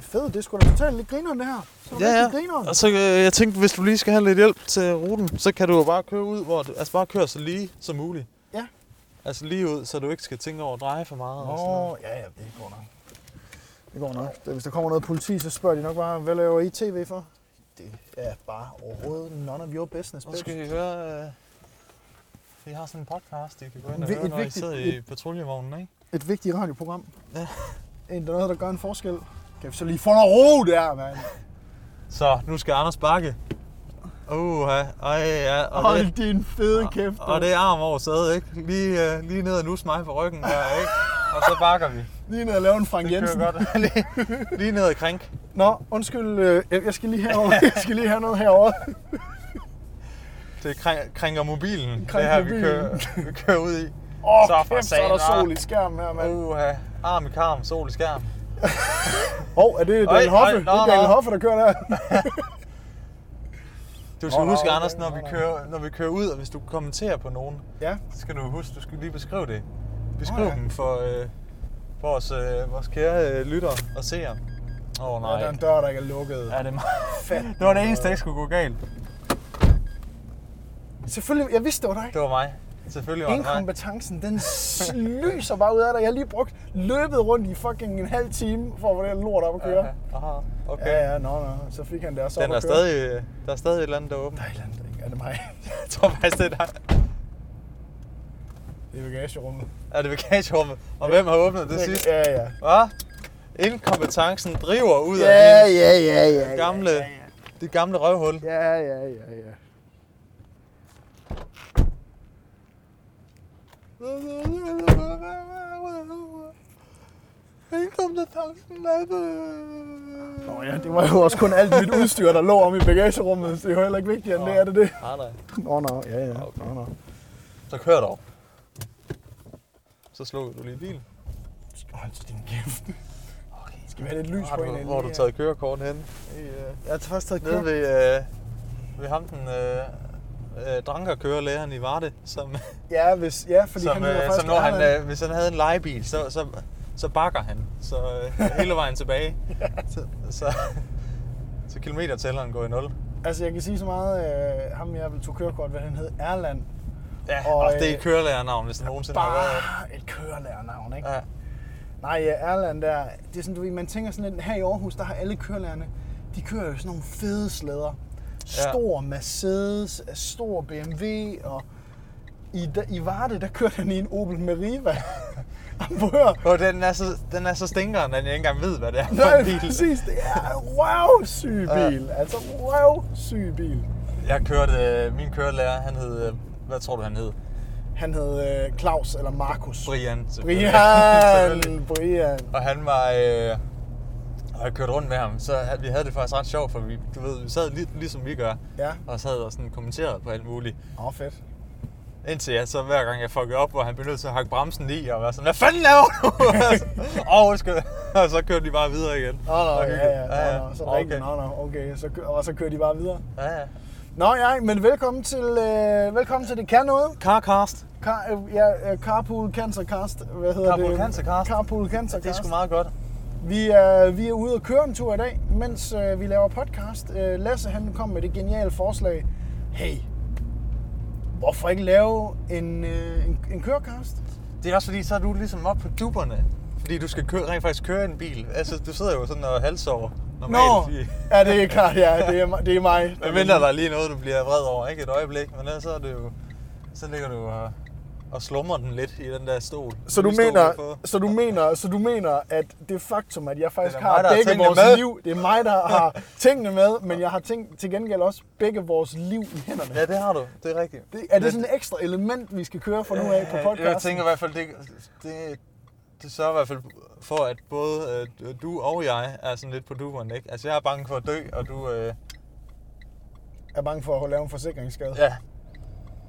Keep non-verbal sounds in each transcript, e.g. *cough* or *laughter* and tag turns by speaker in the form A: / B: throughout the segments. A: fedt, det er sgu da totalt lidt grineren, det her. Så er det
B: Ja,
A: rigtig
B: ja.
A: Grineren.
B: Og så, øh, jeg tænkte, hvis du lige skal have lidt hjælp til ruten, så kan du jo bare køre ud, hvor du, altså bare køre så lige som muligt.
A: Ja.
B: Altså lige ud, så du ikke skal tænke over at dreje for meget. og sådan noget.
A: Nå, ja, ja, det går nok. Det går nok. Det- Hvis der kommer noget politi, så spørger de nok bare, hvad laver I tv for? Det er bare overhovedet none of your business,
B: Nu skal
A: bitch.
B: I høre, øh, vi har sådan en podcast, I kan gå ind og
A: Vi-
B: høre,
A: et
B: når I
A: vigtigt-
B: sidder i patruljevognen, ikke?
A: Et vigtigt radioprogram.
B: Ja.
A: En, der er noget, der gør en forskel. Kan vi så lige få noget ro der, mand?
B: Så, nu skal Anders bakke. Uh, ej, ja, og
A: Hold
B: det,
A: din fede kæft.
B: og det er arm over sædet, ikke? Lige, øh, lige ned og nus mig på ryggen der, ikke? Og så bakker vi.
A: Lige ned og lave en Frank
B: Det
A: Jensen. *laughs*
B: kører godt. Lige- lige ned og krænk.
A: Nå, undskyld, øh, jeg jeg skal lige
B: *laughs*
A: herover. Jeg skal lige have noget herover.
B: Det kræn- krænker mobilen.
A: Krænker
B: det her, vi
A: mobilen.
B: kører, *laughs* vi kører ud i.
A: Åh,
B: Så
A: oh,
B: for
A: kæft, så er der
B: satan.
A: sol i skærmen her, mand. Åh,
B: Uha, arm i karm, sol i skærm.
A: oh, er det
B: Øj,
A: Daniel Hoffe?
B: øj,
A: det
B: nå,
A: er Daniel
B: nå.
A: Hoffe, der kører
B: *laughs*
A: der.
B: Du skal
A: Nå, nå,
B: huske,
A: okay,
B: Anders, når
A: nå,
B: vi,
A: nå.
B: kører, når vi kører ud, og hvis du kommenterer på nogen,
A: ja,
B: så skal du huske, du skal lige beskrive det. Beskriv
A: Nå, ja.
B: dem for øh, vores, øh, vores kære øh, lytter og seere. Åh oh,
A: Ej. der er
B: nej.
A: en dør, der ikke er lukket.
B: Ja, det, er meget-
A: Fat.
B: det var det eneste, der ikke skulle gå galt.
A: Selvfølgelig, jeg vidste, det var dig.
B: Det var mig. Selvfølgelig var det mig.
A: Inkompetencen, den s- lyser bare ud af dig. Jeg har lige brugt løbet rundt i fucking en halv time for at få det her lort op at køre.
B: Ja, Aha, okay.
A: Ja, ja, nå, nå. Så fik han det også
B: Den
A: op
B: er
A: at køre.
B: stadig, øh, der er stadig et eller andet, der er åbent.
A: Der er et eller andet, der ikke- er det mig?
B: *laughs*
A: *laughs*
B: Jeg tror faktisk, det er dig.
A: Det er bagagerummet.
B: Er det bagagerummet? Og hvem har åbnet det sidst?
A: Ja, ja.
B: Hvad? Inkompetencen driver ud af
A: Ja,
B: hende.
A: ja, ja, ja.
B: Det gamle,
A: Ja, ja,
B: det gamle røvhul.
A: ja, ja, ja, ja.
B: Inkompetencen er
A: Nå ja, det var jo også kun alt mit udstyr, der lå om i bagagerummet. så Det er jo heller ikke vigtigere end det, er det det?
B: Nej, nej.
A: Nå, nå, ja, ja.
B: Okay.
A: Nå, nå.
B: Så kør dog. Så slukker du lige bilen.
A: Hold så din kæft. Okay, skal vi have lidt lys
B: Hvor har
A: på
B: du,
A: en
B: hvor har du taget kørekort hen?
A: Jeg har først taget
B: Nede
A: kæft.
B: ved, øh, ved ham, den øh, øh, drankerkørelæreren i Varde, som,
A: Ja, hvis, ja, fordi
B: som,
A: han var
B: øh,
A: faktisk
B: som når han,
A: Arland.
B: øh, hvis han havde en legebil, så, så, så bakker han.
A: *laughs*
B: Så øh, hele vejen tilbage. så, så, så kilometertælleren går i nul.
A: Altså, jeg kan sige så meget, øh, ham jeg tog kørekort, hvad han hed, Erland.
B: Ja, og,
A: Og,
B: og det er
A: øh,
B: kørelærernavn, hvis det nogensinde har været.
A: Bare et kørelærernavn, ikke?
B: Ja,
A: Nej, ja, Erland der, det er sådan, du ved, man tænker sådan lidt, her i Aarhus, der har alle kørelærerne, de kører jo sådan nogle fede slæder. Stor Mercedes, øh, stor BMW, og i, da, i Varde, der kørte han i en Opel Meriva. *laughs* Jamen, prøv at høre.
B: og den er, så, den er så stinkeren, at jeg ikke engang ved, hvad det er for
A: Nej,
B: en bil.
A: præcis, det er en røvsyg bil. Altså, røvsyg bil.
B: Jeg kørte, øh, min kørelærer, han hed, øh, hvad tror du han hed?
A: Han hed øh, Claus eller Markus.
B: Brian. selvfølgelig. *laughs* Selvfølgelig.
A: Brian, Brian.
B: og han var, øh, og jeg kørte rundt med ham, så ha- vi havde det faktisk ret sjovt, for vi, du ved, vi sad lige, ligesom vi gør,
A: Ja.
B: og sad og sådan kommenterede på alt muligt.
A: Åh, oh, fedt.
B: Indtil jeg så hver gang jeg fuckede op, hvor han blev nødt til at hakke bremsen i og være sådan, hvad fanden laver du? *laughs* Åh, oh, undskyld. *laughs* Og så kørte de bare videre igen.
A: Nå, nå,
B: Og
A: ja,
B: hyggeligt.
A: ja, ja, nå, nå, så okay. rigtigt, nå, nå, okay, så, kø- og så kører de bare videre.
B: Ja, ja.
A: Nå ja, men velkommen til, øh, velkommen til Det Kan Noget.
B: Carcast.
A: Car, øh, ja, øh, Carpool Cancer Cast, hvad hedder
B: Carpool
A: det?
B: Cancer Cast.
A: Carpool Cancer
B: Det er
A: Cast.
B: sgu meget godt.
A: Vi er, vi er ude og køre en tur i dag, mens øh, vi laver podcast. Øh, Lasse han kom med det geniale forslag. Hey, hvorfor ikke lave en, øh, en, en kørecast?
B: Det er også fordi, så er du ligesom op på duberne. Fordi du skal køre, rent faktisk køre en bil. Altså, du sidder jo sådan og halsover normalt. i-
A: ja, det er klart, ja, det er, mig- det er mig. ligesom-
B: Hvad mindre der er lige noget, du bliver vred over, ikke? Et øjeblik. Men ellers så er det jo... Så ligger du og, og slummer den lidt i den der stol.
A: Så du,
B: Nye stol,
A: mener,
B: har fået.
A: så, du mener, så du mener, at det faktum, at jeg faktisk
B: Det er
A: har
B: mig, der har
A: begge
B: tingene
A: vores
B: med.
A: liv, det er mig, der har tingene med, men jeg har ting, til gengæld også begge vores liv i hænderne.
B: Ja, det har du. Det er rigtigt.
A: Det, er
B: Men-
A: det sådan et ekstra element, vi skal køre fra nu af på
B: Øh,
A: podcasten?
B: Jeg tænker i hvert fald, det, det, det sørger i hvert fald for, at både øh, du og jeg er sådan lidt på duberen, ikke? Altså, jeg er bange for at dø, og du... Øh,
A: Jeg er bange for at lave en forsikringsskade.
B: ja,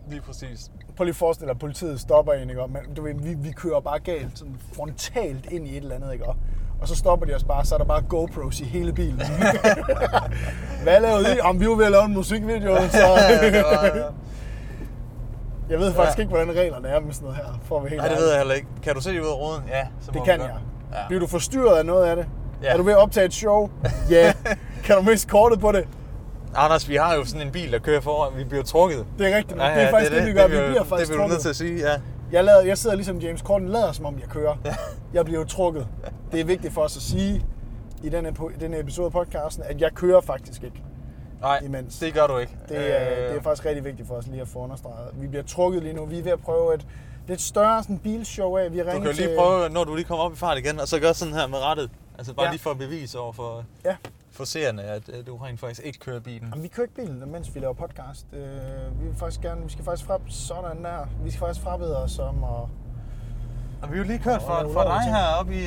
B: lige
A: *laughs*
B: præcis.
A: Prøv lige at forestille dig, at politiet stopper en, ikke? Og Man, du ved, vi, vi kører bare galt, sådan frontalt ind i et eller andet, ikke? Og- Og så stopper de os bare, så er der bare GoPros i hele
B: *laughs*
A: bilen. Hvad lavede I? Om vi var ved at lave en musikvideo, så...
B: det var-
A: jeg ved faktisk
B: Ja.
A: ikke, hvordan reglerne er med sådan noget her, for at være helt
B: Nej, det
A: ærlig.
B: ved jeg heller ikke. Kan du se ud af ruden? Ja, så må
A: Det
B: vi
A: kan
B: godt.
A: jeg.
B: Ja.
A: Bliver du forstyrret af noget af det? Ja. Er du ved at optage et show?
B: *laughs*
A: Ja. kan du miste kortet på det?
B: Anders, vi har jo sådan en bil, der kører foran. Vi bliver trukket.
A: Det er rigtigt. nok. det er faktisk det, vi gør. vi bliver faktisk
B: Det bliver du
A: trukket.
B: nødt til at sige, ja.
A: Jeg, lader, jeg sidder ligesom James Corden lader, som om jeg kører. Jeg bliver jo trukket. Det er vigtigt for os at sige i denne, po- denne episode af podcasten, at jeg kører faktisk ikke.
B: Nej,
A: Imens.
B: det gør du ikke.
A: Det er, øh... det er faktisk rigtig vigtigt for os lige at få understreget. Vi bliver trukket lige nu. Vi er ved at prøve et lidt større sådan, bilshow af. Vi
B: Du
A: ringer
B: kan jo lige
A: til...
B: prøve, når du lige kommer op i fart igen, og så gør sådan her med rettet. Altså bare
A: Ja.
B: ja. lige for at bevise over for,
A: Ja.
B: for seerne, at øh, du rent faktisk ikke kører bilen.
A: Jamen, vi kører ikke bilen, mens vi laver podcast. Øh, vi, vil faktisk gerne, vi skal faktisk fra sådan der. Vi skal faktisk frabede os om og,
B: Og vi har jo lige kørt
A: Og
B: fra,
A: der er
B: fra dig
A: ulovlige ting.
B: her op i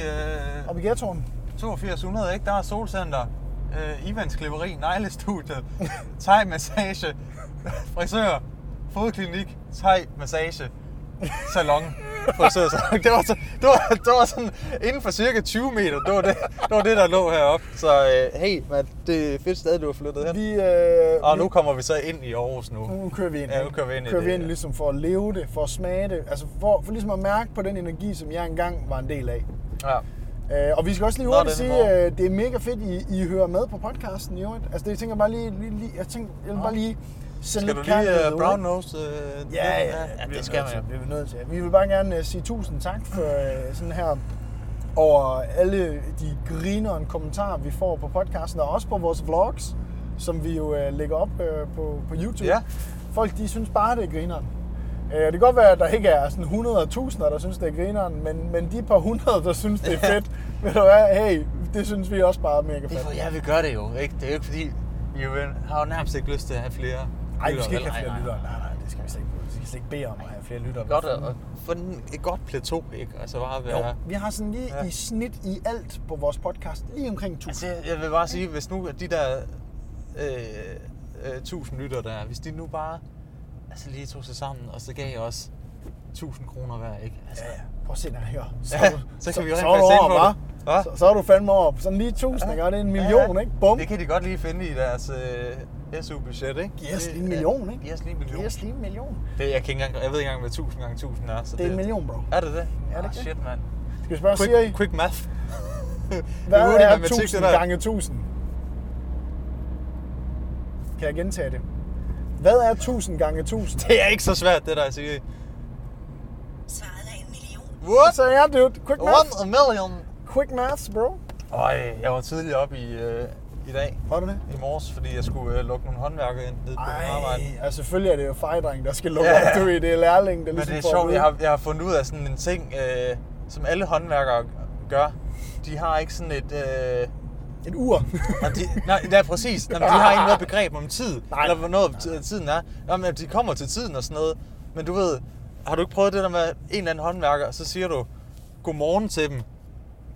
B: øh,
A: op i ghettoen.
B: 8200, ikke? Der er solcenter, øh, Ivans Klipperi, neglestudiet, thai-massage, frisør, fodklinik, thai-massage, salon. Frisørsalon. Det var, så, det, var, det var sådan inden for cirka 20 meter, det var det, det, var det der lå heroppe. Så øh, hey, man, det er fedt sted, du har flyttet hen.
A: Vi, øh,
B: Og
A: vi,
B: nu kommer vi så ind i Aarhus nu.
A: nu kører vi ind.
B: Ja, nu
A: ikke?
B: kører vi ind i
A: kører
B: det,
A: vi ind
B: ja.
A: ligesom for at leve det, for at smage det. Altså for, for ligesom at mærke på den energi, som jeg engang var en del af.
B: Ja.
A: Øh, og vi skal også lige
B: Nå,
A: hurtigt
B: den er
A: sige,
B: hård.
A: at det er mega fedt, I, I hører med på podcasten i øvrigt. Altså det, jeg tænker bare lige, lige, lige jeg tænker, jeg vil bare lige sende
B: Skal du
A: lidt
B: lige
A: kærlighed
B: uh,
A: ud,
B: brown
A: ikke?
B: nose? Uh,
A: Ja, ja, ja,
B: det skal man jo.
A: Vi er nødt til. Vi vil bare gerne øh, sige tusind tak for øh, sådan her over alle de griner og kommentarer, vi får på podcasten, og også på vores vlogs, som vi jo øh, lægger op øh, på, på YouTube.
B: Ja.
A: Folk, de synes bare, det er grineren. Øh, det kan godt være, at der ikke er sådan 100 og tusinder, der synes, det er grineren, men, men de par hundrede, der synes, *laughs* det er fedt, ved du hvad, hey, det synes vi også bare er mega
B: Det er
A: fedt.
B: for, ja, vi gør det jo, ikke? Det er jo ikke fordi, vi jo har jo nærmest ikke lyst til at have flere
A: Ej, vi
B: lyttere,
A: skal ikke
B: vel?
A: have flere
B: Nej,
A: lyttere. Nej, nej, det skal vi slet ikke. Vi skal slet ikke bede om at have flere lyttere.
B: Godt at få den- et godt plateau, ikke? Altså bare være...
A: Jo, vi har sådan lige
B: Ja.
A: i snit i alt på vores podcast, lige omkring 1000.
B: Altså, jeg, jeg vil bare sige, hvis nu at de der øh, øh, 1000 lytter der, er, hvis de nu bare altså lige tog sig sammen, og så gav os 1000 kroner hver, ikke? Altså,
A: Ja, ja. Prøv at se, når jeg hører. Så,
B: Ja,
A: er du-
B: så kan vi jo
A: så
B: rent
A: er du
B: faktisk
A: over,
B: se på det.
A: hva?
B: Hva?
A: Så, så er du fandme over. Sådan lige 1000, ikke? Og Det er en million, ikke? Bum.
B: Det kan de godt lige finde i deres øh, SU-budget, ikke?
A: Giv os
B: Det-
A: lige en million, ikke?
B: Giv os lige en million.
A: Det er slim million.
B: Det, jeg, kan ikke engang, jeg ved ikke engang, hvad 1000 gange 1000 er. Så
A: Det er en million, bro.
B: Er det det?
A: Er det
B: Ah,
A: ikke det?
B: Shit, mand.
A: Skal vi spørge Siri,
B: Quick, quick math. *laughs*
A: hvad
B: Det hurtig
A: er
B: matematik,
A: 1000
B: det der.
A: gange 1000? Kan jeg gentage det? Hvad er 1000 gange 1000?
B: Det er ikke så svært, det der, Siri.
C: Svaret er en million.
B: What?
A: Så ja, dude. Quick math.
B: One a million.
A: Quick maths, bro.
B: Øj, jeg var tidligt op i, øh, i dag,
A: Var du det?
B: i morges, fordi jeg skulle øh, lukke nogle håndværker ind ned på Ej, arbejde.
A: Ej, altså selvfølgelig er det jo fejdreng, der skal lukke
B: Ja.
A: op. Du ved, det er lærlingen, der
B: Men
A: ligesom
B: det er
A: får at
B: sjovt,
A: vide.
B: jeg har, jeg har fundet ud af sådan en ting, øh, som alle håndværkere gør. De har ikke sådan et... Øh,
A: Et ur. *laughs*
B: Jamen, de, nej, det er præcis. Jamen, de har ikke noget begreb om tid,
A: Nej.
B: nej, eller hvornår nej. tiden er. Jamen, at de kommer til tiden og sådan noget. Men du ved, har du ikke prøvet det der med en eller anden håndværker, så siger du godmorgen til dem.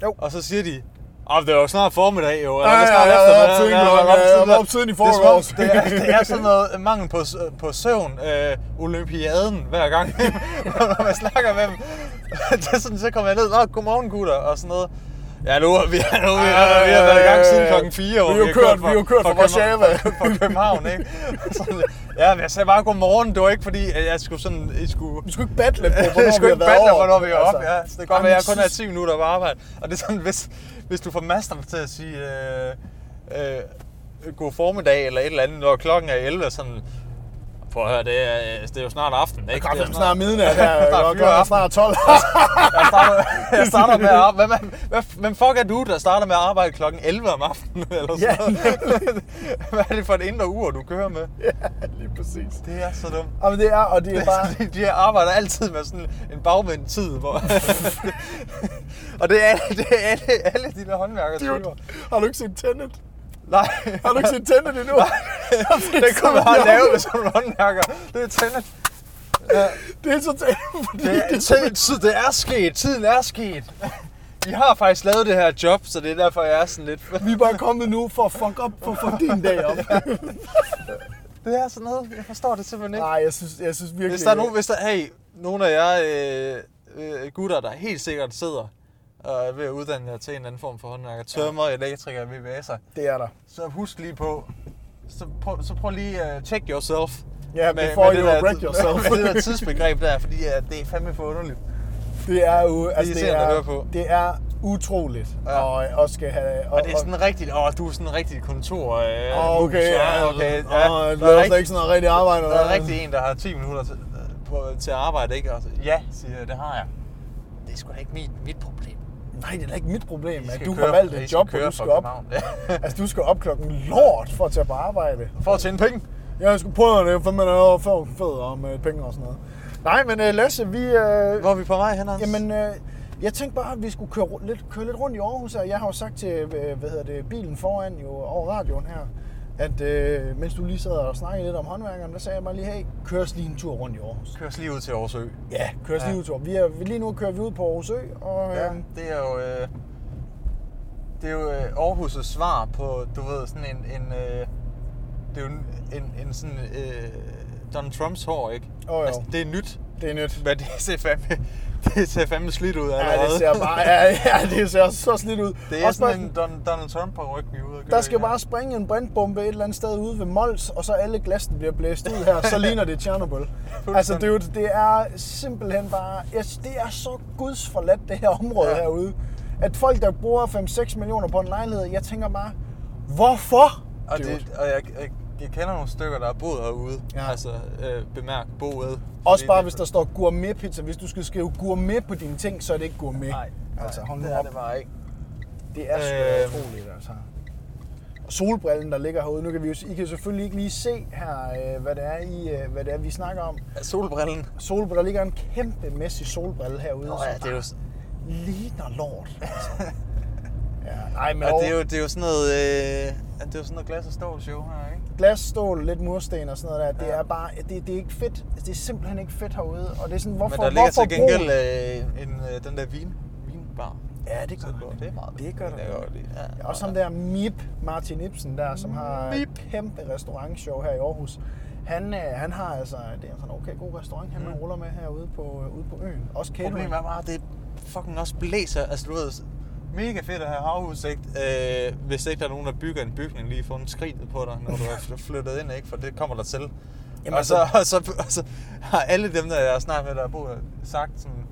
A: Jo.
B: Og så siger de, Ah, det er jo snart formiddag, jo.
A: Ja,
B: det er snart
A: ja, ja,
B: eftermiddag,
A: jeg var op tidligt,
B: jeg var
A: mand. Ja, jeg var
B: tidligt.
A: op tidligt i
B: Det er som
A: forgårs.
B: om, Det, er- det er sådan noget mangel på, s- på søvn, øh, olympiaden hver gang, *laughs* når man snakker med dem. *laughs* det er sådan, så kommer jeg ned, Nå, godmorgen gutter, og sådan noget. Ja, nu er vi, nu er vi, vi har været i gang siden klokken 4. hvor
A: Vi har jo kørt- vi har jo kørt fra
B: København-
A: Warszawa.
B: Fra København, ikke? Så, ja, men jeg sagde bare godmorgen. Det var ikke fordi, at jeg skulle sådan... Jeg skulle,
A: Vi skulle ikke battle på, hvornår
B: *laughs* jeg skulle
A: vi
B: ikke
A: har været
B: battle,
A: over.
B: hvornår vi er oppe.
A: Altså,
B: Ja. Så det kan godt være, at jeg kun
A: jamen,
B: har 10 minutter på arbejde. Og det er sådan, hvis, hvis du får masteren til at sige... Øh, øh, god formiddag eller et eller andet, når klokken er 11, sådan... Prøv at høre, det er, det er jo snart aften, ikke?
A: Godt,
B: Det er
A: det er
B: snart-
A: snart midnat her.
B: *laughs* Snart
A: og
B: fyre
A: Klokken er
B: aften.
A: snart
B: *laughs*
A: 12.
B: Jeg starter,
A: *laughs*
B: jeg starter med at arbejde. Hvem, er- hvem, hvem fuck er du, der starter med at arbejde kl. 11 om aftenen? *laughs* Eller
A: Ja,
B: sådan noget? *laughs* Hvad er det for et indre ur, du kører med?
A: ja, lige præcis.
B: Det er så dumt.
A: Jamen, det er, og det er bare...
B: Bare... De arbejder altid med sådan en bagvendt tid, hvor... *laughs* og det er, alle- det er alle, alle de der håndværkere typer.
A: Dude, har du ikke set Tenet?
B: Nej,
A: Har du ikke set Tenet endnu?
B: *laughs* det kunne man have lavet med sådan en håndværker. Det er tændet.
A: *laughs* Det er så *laughs* Tenet, fordi
B: Det, er- tid, tid, det er sket. Tiden er sket. *laughs* I har faktisk lavet det her job, så det er derfor, jeg er sådan lidt...
A: vi er bare kommet nu for at fuck op, for at få din dag
B: *laughs*
A: op.
B: Det er sådan noget. Jeg forstår det simpelthen ikke.
A: Nej, jeg synes, jeg synes virkelig...
B: Hvis der er nogen, hvis der, hey, nogle af jer øh, øh, gutter, der helt sikkert sidder og er ved at uddanne jer til en eller anden form for håndværker, tømmer, ja. elektriker, VVS'er,
A: Det er der.
B: så husk lige på, så prøv, så prøv lige at uh, check yourself.
A: Ja, before you
B: der-
A: wreck yourself.
B: *laughs* med det der tidsbegreb der, fordi uh, det er fandme for underligt.
A: Det er jo... Altså, det,
B: irriterende at
A: er,
B: høre på.
A: det er utroligt,
B: Ja.
A: ja. og, og skal have...
B: Og det er sådan rigtigt, åh, du er sådan en rigtig kontor. Øh,
A: Åh, okay,
B: mus,
A: ja,
B: ja,
A: okay,
B: okay.
A: ja. Og,
B: der
A: du har
B: er
A: altså ikke sådan noget rigtig arbejde.
B: Der
A: eller
B: er
A: hvad?
B: rigtig en, der har 10 minutter til, øh, på, til at arbejde, ikke? Og så, ja, siger jeg, det har jeg. Det er sgu da ikke mit, mit problem.
A: Nej, det er da ikke mit problem,
B: I
A: at
B: skal
A: du
B: køre-
A: har valgt
B: I
A: et
B: skal
A: job, hvor
B: køre
A: du
B: fra
A: skal op.
B: København.
A: *laughs* altså, du skal op klokken lort for at tage på arbejde.
B: *laughs* For at tjene penge.
A: Jeg skulle prøve det, for man er jo for fed om øh, penge og sådan noget. Nej, men øh, Lasse, vi... Øh,
B: Hvor er vi på vej hen, Hans?
A: Jamen, øh, jeg tænkte bare, at vi skulle køre ru- lidt, køre lidt rundt i Aarhus, og jeg har jo sagt til øh, hvad hedder det, bilen foran jo over radioen her, at øh, mens du lige sad og snakkede lidt om håndværkeren, der sagde jeg bare lige, hey, kør os lige en tur rundt i Aarhus.
B: kører os lige ud til Aarhus Ø.
A: Ja, kør os
B: Ja.
A: lige ud en tur. Vi er, vi- lige nu kører vi ud på Aarhus Ø, og øh,
B: Ja, det er jo... Øh, det er jo øh, Aarhus' svar på, du ved, sådan en... en øh, det er jo en, en, en sådan... Øh, Donald Trumps hår, ikke? Altså,
A: Åh, jo.
B: det er nyt, *laughs*
A: det er nyt.
B: men det ser fandme, det ser fandme slidt ud allerede.
A: Ja, det ser bare, ja, ja, det ser så slidt ud.
B: Det er
A: Også bare-
B: sådan en Don, Donald trump paryk vi er ude og køre
A: Der skal
B: i her.
A: bare springe en brintbombe et eller andet sted ude ved Mols, og så alle glassene bliver blæst ud her,
B: *laughs*
A: så ligner det Tjernobyl. altså, dude, det er simpelthen bare... yes, Det er så gudsforladt, det her område
B: Ja.
A: ja. herude. At folk, der bruger 5-6 millioner på en lejlighed, jeg tænker bare, hvorfor?
B: Og,
A: dude?
B: det, og jeg, jeg, jeg kender nogle stykker, der har boet herude. Ja.
A: Ja.
B: Altså, øh, bemærk, boet.
A: Også bare, hvis der står gourmetpizza. Hvis du skal skrive gourmet på dine ting, så er det ikke gourmet.
B: Nej,
A: altså, hold nu
B: det er
A: op.
B: det bare ikke.
A: Det er sgu da
B: Øh.
A: utroligt, altså. Og solbrillen, der ligger herude, nu kan vi jo, I kan selvfølgelig ikke lige se her, øh, hvad det er, I, øh, hvad det er vi snakker om.
B: Solbrillen.
A: Solbriller, der ligger en kæmpe mæssig solbrille herude,
B: Nå,
A: som
B: ja, det er jo,
A: bare ligner lort.
B: *laughs*
A: Altså. ja, nej, men
B: og det, er jo, det er jo sådan noget, øh, det er jo sådan noget glas og stål show her, ikke?
A: glas, stål, lidt mursten og sådan noget der, det
B: Ja.
A: er bare, det, det er ikke fedt. Altså, det er simpelthen ikke fedt herude, og det er sådan, hvorfor,
B: Men der ligger
A: hvorfor
B: til gengæld
A: bruge-
B: øh, en, øh, den der vin, vinbar.
A: Ja, det gør
B: Så
A: der.
B: Det er meget
A: Det gør der.
B: Det er godt, det-
A: Ja,
B: ja.
A: Også ham der Mip Martin Ibsen der, som har et
B: Mip.
A: kæmpe restaurantshow her i Aarhus. Han, øh, han har altså, det er altså en okay god restaurant, han
B: Mm.
A: mm. ruller med herude på, øh, ude på øen. Også catering.
B: Problemet er bare, at det fucking også blæser. Altså, du ved, mega fedt at have havudsigt, øh, hvis ikke der er nogen, der bygger en bygning lige foran skridtet på dig, når du er flyttet ind, ikke? For det kommer der til. Jamen,
A: Jamen,
B: og, så,
A: altså-
B: og, så, og så har alle dem, der jeg snakker med, der har boet, her, sagt sådan,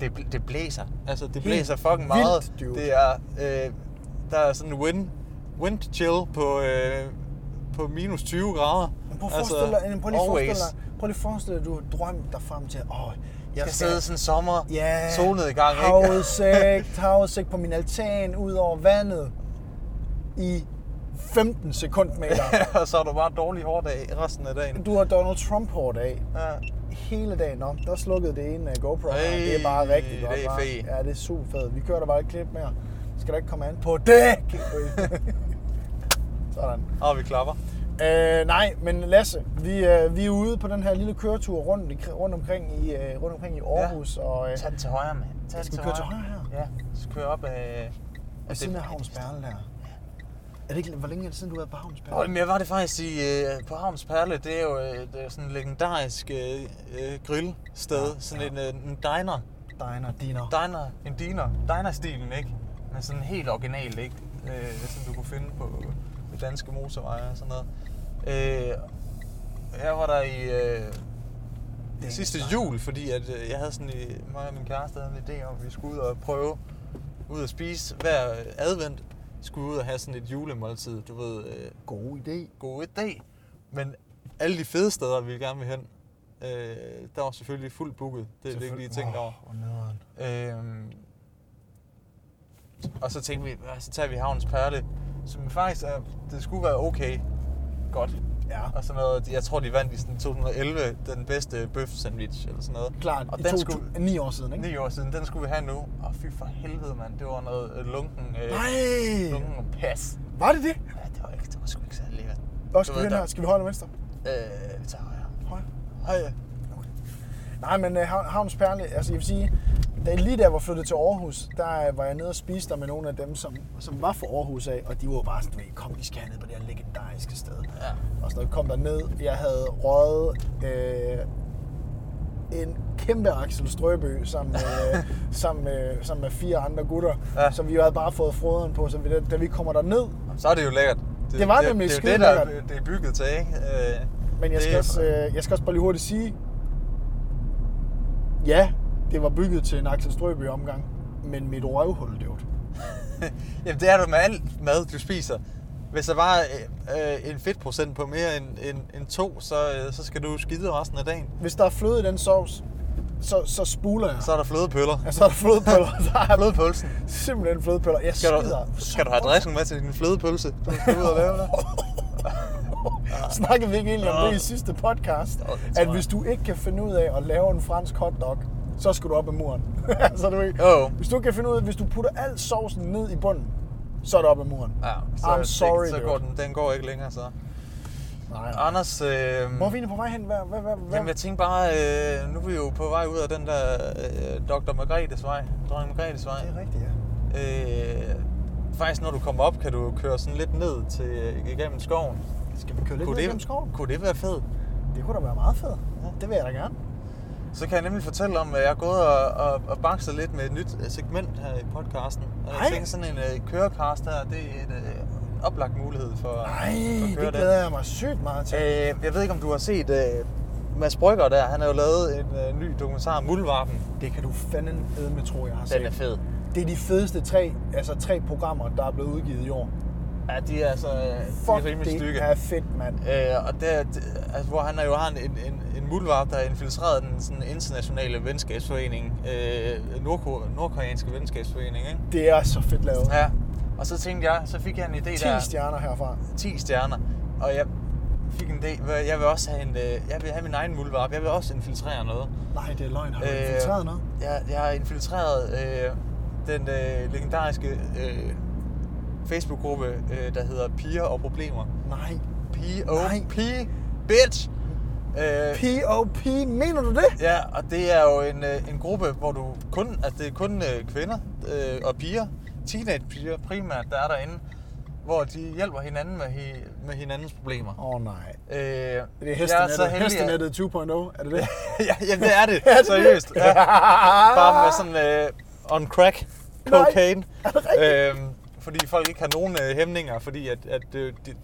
B: det, bl- det blæser. Altså, det blæser fucking meget.
A: vildt, dude.
B: det er, øh, der er sådan en wind, wind chill på, øh, på minus 20 grader.
A: Men Prøv at forestille dig, altså, prøv lige at forestille
B: always.
A: dig, prøv lige at forestille dig, du har drømt dig frem til, åh, oh,
B: Jeg skal sidde sådan en sommer,
A: ja,
B: solnedgang, ikke?
A: havudsigt, havudsigt på min altan, ud over vandet, i 15 sekundmeter.
B: *laughs* *laughs* og så er du bare en dårlig hård dag resten af dagen.
A: Du har Donald Trump hårdt af,
B: Ja.
A: hele dagen om, der slukkede det ene af GoPro.
B: Ej,
A: det er bare rigtig godt.
B: det er
A: hva'?
B: fedt.
A: Ja, det er super fedt. Vi kører der bare et klip mere. Skal der ikke komme an på det? *laughs* Sådan.
B: Og vi klapper.
A: Øh, nej, men Lasse, vi, øh, vi er ude på den her lille køretur rundt, i, rundt, omkring, i, øh, rundt omkring i Aarhus. Ja. Og, øh,
B: Tag den til højre, mand. Tag den
A: Skal vi køre til højre
B: Ja, så kører op af...
A: ved siden af Havns Perle der. Er det ikke, hvor længe er det siden, du har været på Havns Perle?
B: Nå, men jeg var det faktisk i, øh, på Havns Perle, det er jo øh, det er sådan et legendarisk øh, øh, grillsted, ja,
A: Ja,
B: sådan En, øh, en diner,
A: Diner, diner.
B: diner, en diner, diner-stilen, ikke? Men sådan helt original, ikke? Øh, som du kunne finde på de danske motorveje og sådan noget. Øh, jeg var der i øh,
A: Det er
B: sidste
A: en diner.
B: jul, fordi at, øh, jeg havde sådan en, mig og min kæreste havde en idé om, at vi skulle ud og prøve ud at spise hver øh, advent. Skulle ud og have sådan et julemåltid, du ved, øh,
A: God idé.
B: god idé. Men alle de fede steder, vi gerne vil hen, øh, der var selvfølgelig fuldt booket. Det er det ikke lige tænkt over.
A: Åh, hvor nederen.
B: Øhm, og så tænkte vi, "Ah, så tager vi Havns Perle, som faktisk er, det skulle være okay godt.
A: Ja.
B: Og sådan noget, jeg tror de vandt i sådan 2011 den bedste bøf sandwich eller sådan noget.
A: Klart,
B: og
A: i
B: den
A: to,
B: skulle,
A: to, ni år siden, ikke?
B: 9 år siden, den skulle vi have nu. Og fy for helvede, mand. Det var noget øh, lunken, øh,
A: Nej!
B: lunken pas.
A: Var det det?
B: Ja, det var, ikke, det var sgu ikke særlig lækkert.
A: Hvor
B: Du
A: skal
B: ved,
A: vi hen
B: der-
A: her? Skal vi højre eller venstre?
B: Øh, vi tager højre.
A: Højre.
B: Højre.
A: Nej, men uh, Havns Perle, altså jeg vil sige, da, lige da jeg var flyttet til Aarhus, der øh, var jeg nede og spiste der med nogle af dem, som, som var fra Aarhus af, og de var jo bare sådan, du ved, kom, vi skal ned på det her legendariske sted.
B: Ja.
A: Og sådan noget, kom der ned, jeg havde røget øh, en kæmpe Axel Strøbø sammen med, øh,
B: *laughs*
A: sammen med, sammen med fire andre gutter,
B: Ja.
A: ja. som vi jo havde bare fået froderen på, så vi, da, da vi kommer der ned,
B: Så er det jo lækkert.
A: Det var
B: det,
A: nemlig
B: det, det, er jo det, der,
A: skidelækkert.
B: det er bygget til, ikke? Øh,
A: Men jeg
B: det
A: skal,
B: er-
A: også, øh, jeg skal også bare lige hurtigt sige, ja, det var bygget til en Axel Strøby omgang. men mit røvhul, dude.
B: *laughs* Jamen, det er du med alt mad, du spiser. Hvis der var øh, øh, en fedtprocent på mere end, end, end to, så, øh, så skal du skide resten af dagen.
A: Hvis der er fløde i den sovs, så, så spuler jeg.
B: Så er der flødepøller.
A: Ja, så er der flødepøller. *laughs* Der er
B: Flødepølsen.
A: simpelthen flødepøller. Jeg
B: Skal du,
A: skider.
B: skal du have dressing med til din flødepølse? Du skal ud og lave det.
A: *laughs* Snakkede vi ikke egentlig om det i sidste podcast?
B: Nå, det tror
A: At
B: jeg.
A: hvis du ikke kan finde ud af at lave en fransk hotdog, så skal du op ad muren. *laughs* så du ikke.
B: Jo.
A: Hvis du ikke kan finde ud af, hvis du putter al sovsen ned i bunden, så er det op ad muren.
B: *laughs* Ja, så,
A: I'm sorry,
B: det, så
A: dude.
B: går den, den går ikke længere, så.
A: Nej, nej.
B: Anders, øh,
A: Hvor er vi egentlig på vej hen? Hvad, hvad, hvad, hvad?
B: Jamen, jeg tænkte bare, øh, nu er vi jo på vej ud af den der øh, Dr. Margrethes vej, Dronning Margrethes vej.
A: Det er rigtigt, ja.
B: Øh, faktisk, når du kommer op, kan du køre sådan lidt ned til øh, igennem skoven.
A: Skal vi køre lidt
B: kunne,
A: ned
B: det,
A: gennem skoven?
B: kunne det være fedt?
A: Det kunne da være meget fedt. Ja. Det vil jeg da gerne.
B: Så kan jeg nemlig fortælle om, at jeg er gået og, og, og bakset lidt med et nyt øh, segment her i podcasten. Og jeg
A: Ej.
B: tænker sådan en øh, kørecast her, det er et, øh, en oplagt mulighed for,
A: Nej,
B: for at køre
A: det
B: den.
A: glæder jeg mig sygt meget til.
B: Øh, jeg ved ikke, om du har set øh, Mads Brygger der. Han har jo lavet en øh, ny dokumentar, Muldvarpen.
A: Det kan du fanden med tro, jeg har set.
B: Den er fed.
A: Det er de fedeste tre, altså tre programmer, der er blevet udgivet i år.
B: Ja, de er altså øh,
A: Fuck,
B: de er rimelig
A: det
B: stykke.
A: er fedt, mand.
B: Øh, og der, d- altså, hvor han er jo har en, en, en, en muldvarp, der har infiltreret den sådan, internationale venskabsforening, øh, nordko, nordkoreanske venskabsforening, ikke?
A: Det er så fedt lavet.
B: Ja, og så tænkte jeg, så fik jeg en idé
A: 10
B: der.
A: stjerner herfra.
B: 10 stjerner. Og jeg fik en idé, hvor jeg vil også have, en, øh, jeg vil have min egen muldvarp, jeg vil også infiltrere noget.
A: Nej, det er løgn. Har du
B: Øh.
A: infiltreret noget?
B: Jeg, jeg har infiltreret øh, den øh, legendariske øh, Facebook-gruppe, øh, der hedder Piger og Problemer.
A: Nej. Nej.
B: P.O.P. Bitch! Øh,
A: P.O.P. Mener du det?
B: ja, og det er jo en, øh, en gruppe, hvor du kun, altså det er kun øh, kvinder øh, og piger, teenagepiger primært, der er derinde, hvor de hjælper hinanden med, hi, med hinandens problemer.
A: Åh oh, nej.
B: Øh, det er
A: Det er hestenettet,
B: så heldig, at-
A: hestenettet 2.0. Er det det?
B: *laughs* ja, ja, det
A: *laughs*
B: er det, seriøst. Ja. Bare med sådan øh, on crack
A: Nej,
B: cocaine. Øhm, fordi folk ikke har nogen øh, hæmninger, fordi at, at øh, de,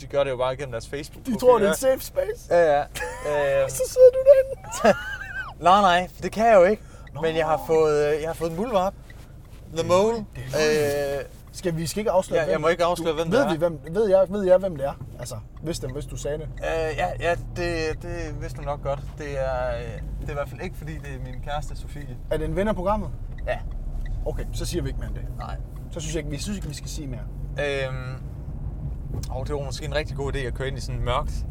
B: de gør det jo bare gennem deres facebook
A: De tror, det er en safe space.
B: Ja, ja. Øhm,
A: Så sidder du
B: *laughs*
A: derinde.
B: nej, nej, det kan jeg jo ikke.
A: Nå.
B: Men jeg har fået, øh, jeg har fået en muldvarp. The Mole. Øh,
A: Skal vi skal ikke afsløre,
B: Ja, jeg
A: hvem-
B: må ikke afsløre,
A: du,
B: hvem det
A: ved
B: er.
A: Vi, hvem, ved, jeg, ved jeg, hvem det er? Altså, hvis, det, hvis du sagde det.
B: øh, ja, ja det, det vidste du nok godt. Det er, øh, det er i hvert fald ikke, fordi det er min kæreste, Sofie.
A: Er det en ven af programmet?
B: Ja,
A: Okay, så siger vi ikke mere end det.
B: nej.
A: Så synes jeg ikke, vi synes ikke, vi skal sige mere.
B: Øhm, og det var måske en rigtig god idé at køre ind i sådan en mørkt,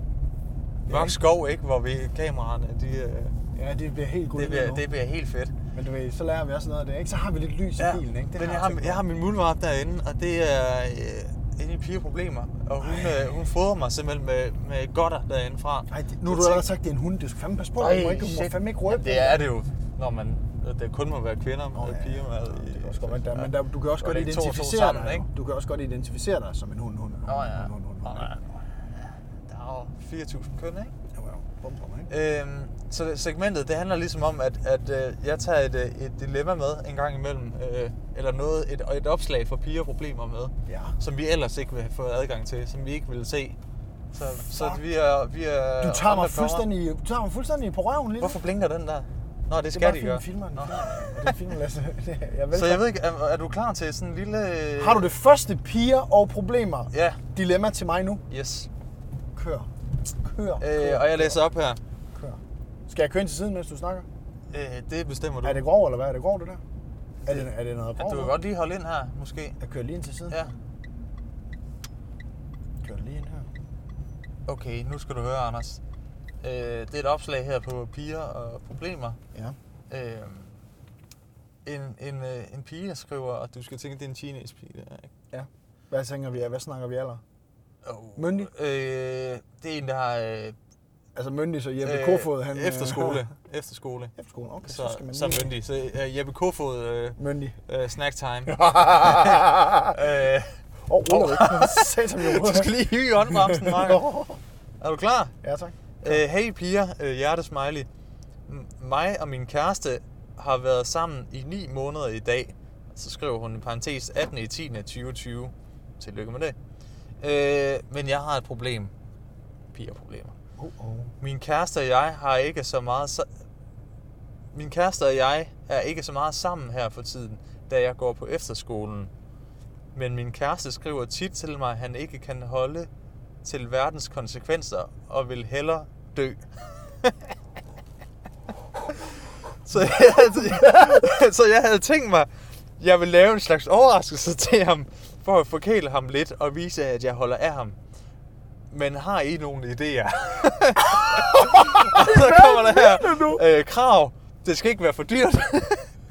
B: mørk skov, ikke? Hvor vi kameraerne, de, øh,
A: Ja, det bliver helt godt.
B: det, bliver, det bliver helt fedt.
A: Men du ved, så lærer vi også noget af det, ikke? Så har vi lidt lys i bilen, ikke? Det
B: men jeg har,
A: tænkt
B: jeg har min muldvarp derinde, og det er øh, inde i pigeproblemer. Og hun, øh, hun fodrer mig simpelthen med, med godter derinde fra.
A: over. Ej, det, nu har du allerede sagt, at det er en hund. Du skal fandme passe på. Ej, du må, ikke, du må fandme ikke røbe.
B: Det er det jo, når man det kun må være kvinder og
A: Nå, ja.
B: piger med. i-
A: Det kan også godt være, der, men der, du kan også
B: Og
A: godt
B: lægge to og to
A: identificere
B: sammen,
A: dig.
B: ikke?
A: jo. Du kan også godt identificere dig som en hund, hund, hund,
B: Nå ja.
A: hund, hund, hund,
B: Nå,
A: hund.
B: ja. Der er jo 4.000 køn, ikke?
A: Jo, jo. Bum, bum, ikke?
B: Øhm, så det- segmentet, det handler ligesom om, at, at øh, jeg tager et, øh, et dilemma med en gang imellem, øh, eller noget, et, og et opslag for piger og problemer med,
A: Ja.
B: som vi ellers ikke ville have fået adgang til, som vi ikke ville se. Så, så
A: Fuck.
B: vi er, vi er
A: Du tager mig
B: undercover.
A: fuldstændig, du tager mig fuldstændig på røven lige nu.
B: Øh, Hvorfor blinker den der? Nå, det,
A: det er
B: skal
A: bare
B: de gøre.
A: filmen, filmeren.
B: Nå.
A: Det er filmen, Lasse. *laughs* Det er- Jeg er
B: Så
A: velkommen.
B: jeg ved ikke, er, er du klar til sådan en lille...
A: Har du det første piger og problemer
B: Ja,
A: dilemma til mig nu?
B: yes.
A: Kør. Kør.
B: Øh, og jeg læser op her.
A: Kør. Skal jeg køre ind til siden, mens du snakker?
B: Øh, det bestemmer du.
A: Er det grov, eller hvad? Er det grov, det der? Er det, er det noget
B: Ja,
A: grov?
B: du kan godt lige holde ind her, måske.
A: Jeg kører lige ind til siden.
B: Ja.
A: Kører lige ind her.
B: Okay, nu skal du høre, Anders. Øh, det er et opslag her på piger og problemer.
A: Ja.
B: Øh, en, en, øh, en pige, der skriver, og du skal tænke, det er en teenage-pige, det er, ikke?
A: Hvad tænker vi? Hvad snakker vi alder?
B: Oh.
A: Myndig?
B: Øh, det er en, der har... Øh,
A: Altså myndig, så Jeppe
B: øh,
A: øh, Kofod, han... øh,
B: Efter
A: *laughs*
B: skole. efter skole.
A: Efter skole, okay, så,
B: Så,
A: skal man
B: så
A: lige...
B: myndig. Så øh, Jeppe Kofod, øh, *laughs*
A: Myndig.
B: øh, snack
A: *laughs*
B: time.
A: Åh,
B: øh,
A: oh, Ulrik. *laughs* Satan, vi
B: du skal lige hyge åndbremsen, Marker. Er du klar?
A: Ja, tak.
B: Øh, hey piger, øh, hjertesmiley. M- mig og min kæreste har været sammen i 9 måneder i dag. Så skriver hun i parentes 18. i 10. 2020. Tillykke med det. Øh, men jeg har et problem. Piger problemer.
A: Oh, oh.
B: Min kæreste og jeg har ikke så meget... Sa- min kæreste og jeg er ikke så meget sammen her for tiden. da jeg går på efterskolen. Men min kæreste skriver tit til mig, at han ikke kan holde til verdens konsekvenser og vil hellere dø. *laughs* så, jeg, havde- *laughs* så jeg havde tænkt mig, jeg vil lave en slags overraskelse til ham, for at forkæle ham lidt og vise, at jeg holder af ham. Men har I nogle idéer? og *laughs* så kommer der her øh, krav. Det skal ikke være for dyrt.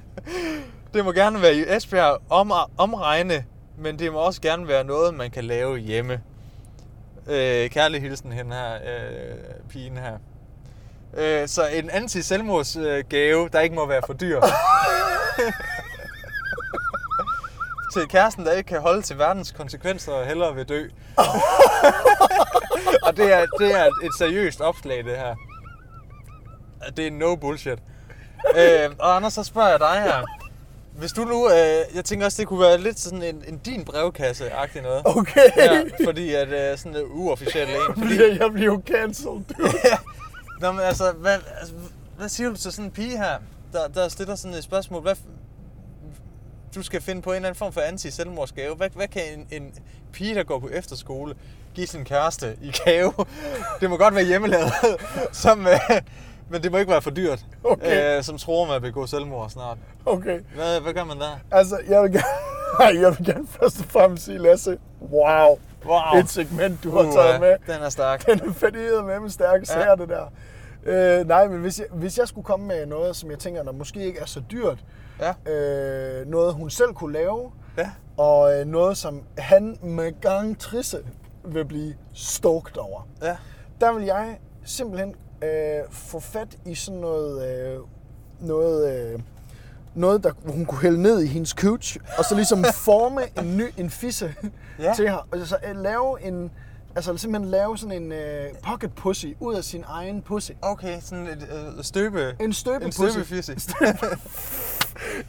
B: *laughs* det må gerne være i Esbjerg om, omregne, men det må også gerne være noget, man kan lave hjemme. Øh, kærlig hilsen hende her, øh, pigen her. Øh, så en anti-selvmordsgave, øh, gave, der ikke må være for dyr. til kæresten, der ikke kan holde til verdens konsekvenser og hellere vil dø. og det er, det er et seriøst opslag, det her. Det er no bullshit. øh, og Anders, så spørger jeg dig her. Hvis du nu, øh, jeg tænker også, det kunne være lidt sådan en, en din brevkasse-agtig noget.
A: Okay.
B: Ja, fordi at øh, sådan en uofficiel *laughs* en. Fordi,
A: *laughs* Bliver jeg bliver jo cancelled, dude.
B: Nå, men altså, hvad, altså, hvad siger du til sådan en pige her, der, der stiller sådan et spørgsmål? Hvad, f- du skal finde på en eller anden form for anti-selvmordsgave. Hvad, hvad kan en, en pige, der går på efterskole, give sin kæreste i gave? *laughs* Det må godt være hjemmelavet, *laughs* som, øh, men det må ikke være for dyrt,
A: Okay.
B: øh, som tror med at begå selvmord snart.
A: Okay.
B: Hvad, hvad gør man der?
A: Altså, jeg vil gerne, *laughs* jeg vil gerne først og fremmest sige, Lasse, wow.
B: Wow.
A: Et segment, du har taget
B: Uha,
A: med.
B: Den er stærk.
A: Den er fandme med med stærke sager, det der. Øh, nej, men hvis jeg, hvis jeg skulle komme med noget, som jeg tænker, der måske ikke er så dyrt,
B: Ja.
A: øh, noget hun selv kunne lave,
B: Ja.
A: og øh, noget, som han med gang trisse vil blive stoked over.
B: Ja.
A: Der vil jeg simpelthen øh, få fat i sådan noget, øh, noget, øh, noget der, hvor hun kunne hælde ned i hendes couch, og så
B: *laughs*
A: ligesom forme en ny en fisse
B: Ja.
A: ja. til her. Altså øh, lave en, altså simpelthen lave sådan en øh, pocket pussy ud af sin egen pussy.
B: Okay, sådan et øh, støbe...
A: En støbepussy.
B: En støbefisse. *laughs*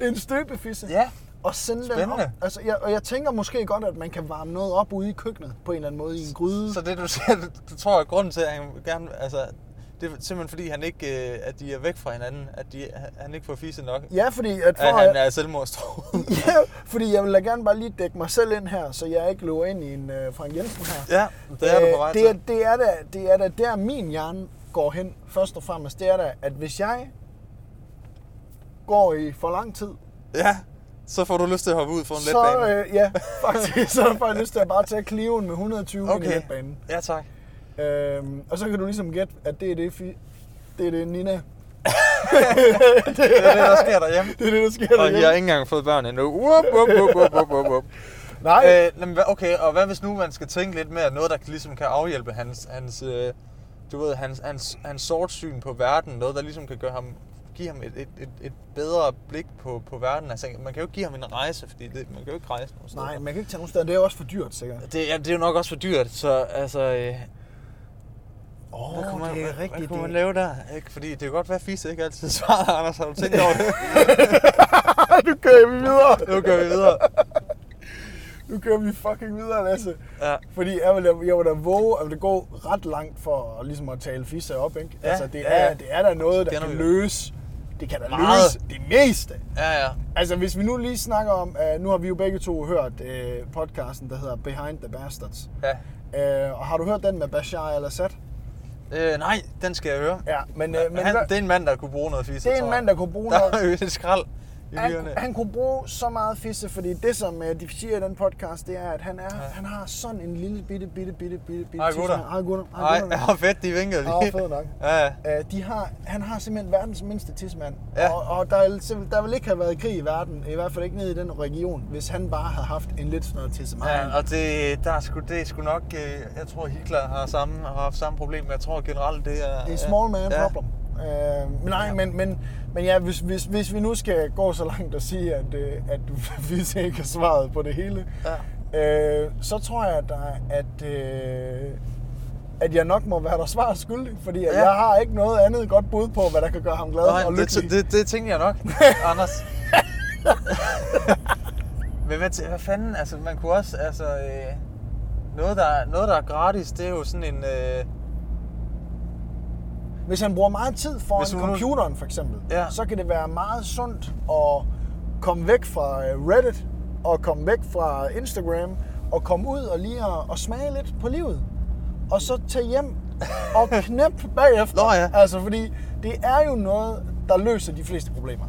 A: En støbefisse.
B: ja.
A: Og sende den op.
B: Spændende.
A: Altså, jeg, og jeg tænker måske godt, at man kan varme noget op ude i køkkenet på en eller anden måde i en gryde.
B: Så det du siger, du, du tror at grunden til, at han gerne, altså, det er simpelthen fordi, han ikke, øh, at de er væk fra hinanden, at de, han ikke får fise nok,
A: Ja, fordi at for,
B: at han er selvmordstroet.
A: ja, fordi jeg vil da gerne bare lige dække mig selv ind her, så jeg ikke løber ind i en øh, Frank Jensen her.
B: *laughs* ja, det er du
A: Øh,
B: på vej
A: det er,
B: til.
A: det, er da, det er da der, min hjerne går hen, først og fremmest. Det er da, at hvis jeg går i for lang tid,
B: Ja, så får du lyst til at hoppe ud for en
A: så,
B: letbane.
A: øh, ja, *laughs* faktisk, så får jeg lyst til at bare tage kliven med 120 okay. i
B: okay,
A: letbanen.
B: ja tak.
A: Øhm, og så kan du ligesom gætte, at det er det, fi- det, er det
B: *laughs*
A: Nina
B: Det er det, der sker derhjemme.
A: Det er det, der sker
B: Og jeg har ikke engang fået børn endnu. Wup, wup, wup, wup, wup, wup, wup.
A: Nej, øh,
B: Øh, jamen, hva- okay, og hvad hvis nu man skal tænke lidt mere, noget der kan- ligesom kan afhjælpe hans, hans, øh, du ved, hans, hans, hans sortsyn på verden, noget der ligesom kan gøre ham, give ham et, et, et, et bedre blik på, på verden. Altså, man kan jo ikke give ham en rejse, fordi det, man kan jo ikke rejse nogen steder.
A: nej, man kan ikke tage nogen steder. Det er jo også for dyrt, sikkert.
B: Det, ja, det er jo nok også for dyrt, så altså... Øh,
A: Åh,
B: hvad kunne man, hvad, hvad kunne
A: det-
B: man lave der? Ikke? Fordi det kan godt være, at fisse ikke altid svarer, Anders. Har du tænkt over
A: *laughs*
B: det?
A: *laughs* nu kører vi videre.
B: Nu går vi videre.
A: Nu kører vi fucking videre, Lasse.
B: Ja.
A: Fordi jeg vil, da- jeg vil da våge, at det går ret langt for ligesom at tale fisse op, ikke?
B: Ja,
A: altså, det
B: ja,
A: er,
B: ja.
A: det er der noget, der
B: Kender
A: kan
B: vi jo.
A: løse. Det kan da
B: Meget.
A: løse det meste.
B: Ja, ja.
A: Altså, hvis vi nu lige snakker om, uh, nu har vi jo begge to hørt uh, podcasten, der hedder Behind the Bastards.
B: ja.
A: Uh, og har du hørt den med Bashar al-Assad?
B: Øh, nej, den skal jeg høre.
A: Ja, men, øh, men
B: han,
A: hvad-
B: det er en mand, der kunne bruge noget fisse,
A: Det er en
B: tror jeg.
A: mand, der kunne bruge
B: *laughs* der
A: noget-
B: Der er jo et skrald i
A: han,
B: hyrene.
A: han kunne bruge så meget fisse, fordi det, som øh, de siger i den podcast, det er, at han, er, ja. han har sådan en lille bitte, bitte, bitte, bitte, bitte...
B: Hej gutter.
A: Hej gutter.
B: Ej,
A: Hej
B: ja,
A: gutter.
B: hvor fedt, de vinker lige.
A: Åh, fed nok.
B: Ja, ja.
A: Øh, de har, han har simpelthen verdens mindste tidsmand,
B: Ja.
A: og, og der, er simp- der ville ikke have været krig i verden, i hvert fald ikke nede i den region, hvis han bare havde haft en lidt sådan noget tissemand.
B: ja og det, der er sgu, det er sgu nok, øh, jeg tror Hitler har, samme, har haft samme problem, men jeg tror generelt, det er...
A: Det er
B: ja,
A: small man
B: ja.
A: problem. Øh, men nej, men, men, men ja, hvis, hvis, hvis vi nu skal gå så langt og sige, at, øh, at *laughs* vi ikke har svaret på det hele, ja. øh, så tror jeg, at, der, er- at, øh, at jeg nok må være der svar skyldig, fordi ja.
B: Ja.
A: jeg har ikke noget andet godt bud på, hvad der kan gøre ham glad
B: Nej,
A: og
B: det,
A: lykkelig.
B: det, det, det tænkte jeg
A: *laughs*
B: nok, Anders. *laughs* Men hvad, tæ- hvad fanden, altså man kunne også, altså øh, noget, der, noget der er gratis, det er jo sådan en, øh,
A: Hvis han bruger meget tid foran
B: Hvis hun nu-
A: computeren for eksempel,
B: Ja.
A: så kan det være meget sundt at komme væk fra øh, Reddit, og komme væk fra Instagram, og komme ud og lige at, og smage lidt på livet. Og så tage hjem
B: *laughs*
A: og knæppe bagefter.
B: Nå ja.
A: Altså, fordi det er jo noget, der løser de fleste problemer.